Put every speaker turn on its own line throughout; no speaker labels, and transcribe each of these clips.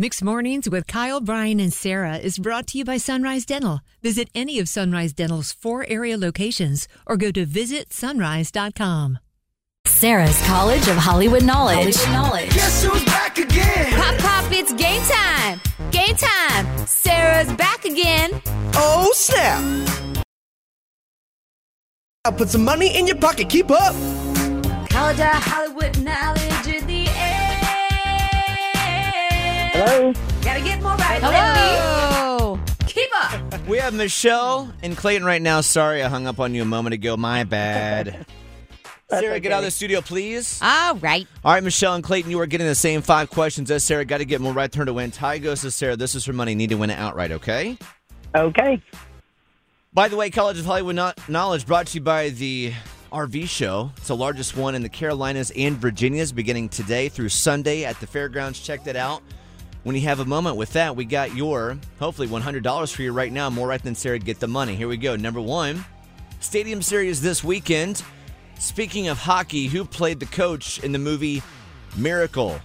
Mixed Mornings with Kyle, Brian, and Sarah is brought to you by Sunrise Dental. Visit any of Sunrise Dental's four area locations or go to visitsunrise.com.
Sarah's College of Hollywood Knowledge.
Guess who's back again?
Pop, pop, it's game time. Game time. Sarah's back again.
Oh, snap. Now put some money in your pocket. Keep up.
College of Hollywood Knowledge in the air.
Hello.
Gotta get more right. Hello. Keep up.
We have Michelle and Clayton right now. Sorry, I hung up on you a moment ago. My bad. Sarah, get out of the studio, please.
All right.
All right, Michelle and Clayton, you are getting the same five questions as Sarah. Got to get more right turn to win. Tie goes to Sarah. This is her money. Need to win it outright, okay?
Okay.
By the way, College of Hollywood Kno- Knowledge brought to you by the RV show. It's the largest one in the Carolinas and Virginias beginning today through Sunday at the fairgrounds. Check that out. When you have a moment with that, we got your hopefully $100 for you right now. More right than Sarah, get the money. Here we go. Number one Stadium Series this weekend. Speaking of hockey, who played the coach in the movie Miracle?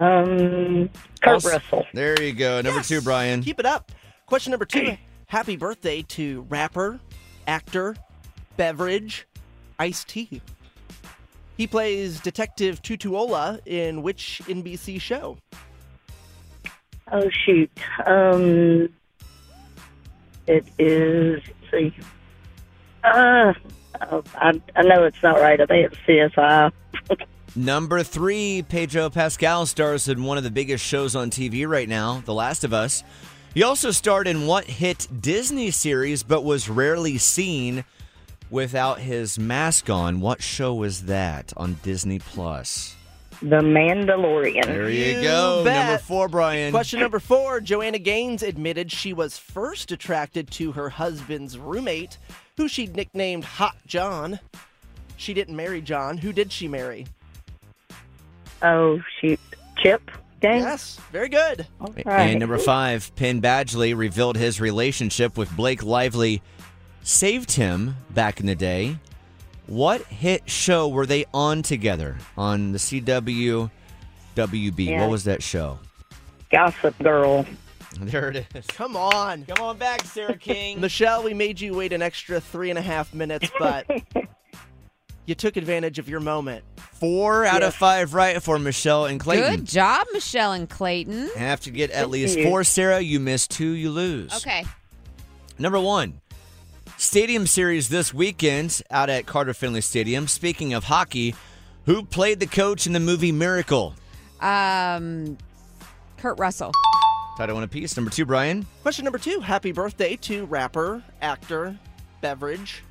Um, Kurt
Also-
Russell.
There you go. Number two, Brian.
Keep it up. Question number two. Happy birthday to rapper, actor, beverage, Ice T. He plays Detective Tutuola in which NBC show?
Oh shoot. Um, it is. let's see. Uh, oh, I, I know it's not right. I think it's CSI.
Number three, Pedro Pascal stars in one of the biggest shows on TV right now, The Last of Us. He also starred in what hit Disney series but was rarely seen without his mask on. What show was that on Disney Plus?
The Mandalorian.
There you,
You
go.
bet.
Number four, Brian.
Question number four. Joanna Gaines admitted she was first attracted to her husband's roommate, who she nicknamed Hot John. She didn't marry John. Who did she marry?
Oh shoot. Chip. Gang.
Yes, very good.
All right.
And number five, Penn Badgley revealed his relationship with Blake Lively saved him back in the day. What hit show were they on together on the CW WB?
Yeah.
What was that show?
Gossip Girl.
There it is.
Come on.
Come on back, Sarah King.
Michelle, we made you wait an extra three and a half minutes, but you took advantage of your moment.
Four out of five right for Michelle and Clayton.
Good job, Michelle and Clayton.
Have to get at least
you.
four, Sarah. You miss two, you lose.
Okay.
Number one, Stadium Series this weekend out at Carter Finley Stadium. Speaking of hockey, who played the coach in the movie Miracle?
Um, Kurt Russell.
Title one apiece. Number two, Brian.
Question number two Happy birthday to rapper, actor, beverage,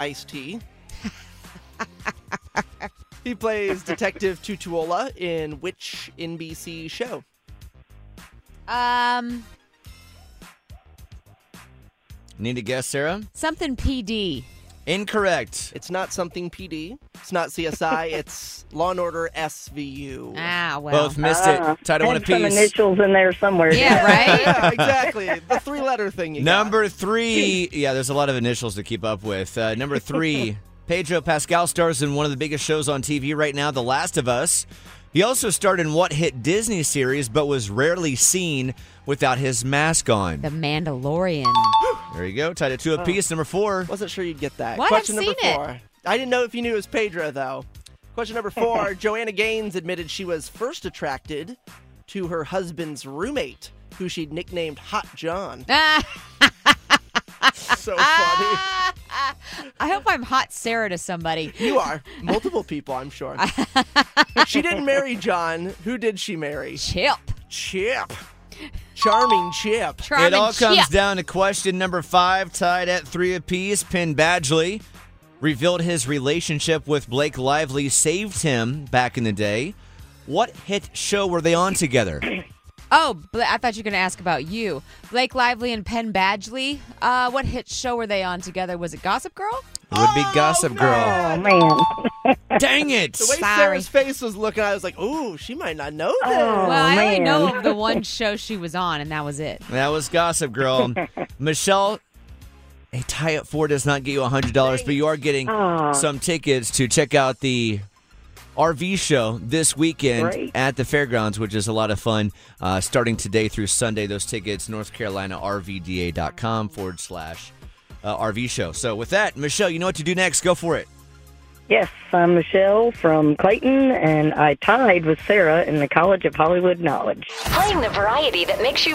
Ice T. he plays Detective Tutuola in which NBC show?
Um,
Need to guess, Sarah?
something PD.
Incorrect.
It's not something PD. It's not CSI. it's Law and Order SVU.
Ah, well.
Both missed
uh,
Ah,
it. Title one
had some
apiece.
initials in there somewhere.
Yeah, right?
yeah, exactly. The three letter thing you got.
Number three. Yeah, there's a lot of initials to keep up with. Uh, number three, Pedro Pascal stars in one of the biggest shows on TV right now, The Last of Us. He also starred in what hit Disney series, but was rarely seen without his mask on.
the Mandalorian.
There you go. Tied at two apiece. Number four.
Wasn't sure you'd get that.
What? I've
Question number
seen it.
four. I didn't know if you knew it was Pedro though. Question number four. Joanna Gaines admitted she was first attracted to her husband's roommate, who she nicknamed Hot John.
Ah,
so funny.
I hope I'm hot Sarah to somebody.
You are multiple people, I'm sure. she didn't marry John. Who did she marry?
Chip.
Chip. Charming Chip.
Charming
it all comes
Chip.
down to question number five, tied at three apiece. Penn Badgley revealed his relationship with Blake Lively saved him back in the day. What hit show were they on together?
Oh, Bla- I thought you were going to ask about you. Blake Lively and Penn Badgley. Uh, what hit show were they on together? Was it Gossip Girl?
It would be Gossip Girl.
Oh man.
Dang it!
Oh, The way
Sorry.
Sarah's face was looking, I was like, "Ooh, she might not know this."
Oh,
well, I only
man.
know of the one show she was on, and that was it.
That was Gossip Girl. Michelle, a tie at four does not get you $100, but you are getting some tickets to check out the RV show this weekend
Great.
at the fairgrounds, which is a lot of fun. Uh, starting today through Sunday, those tickets, North Carolina RVDA.com forward slash uh, RV show. So with that, Michelle, you know what to do next. Go for it.
Yes, I'm Michelle from Clayton, and I tied with Sarah in the College of Hollywood Knowledge.
Playing the variety that makes you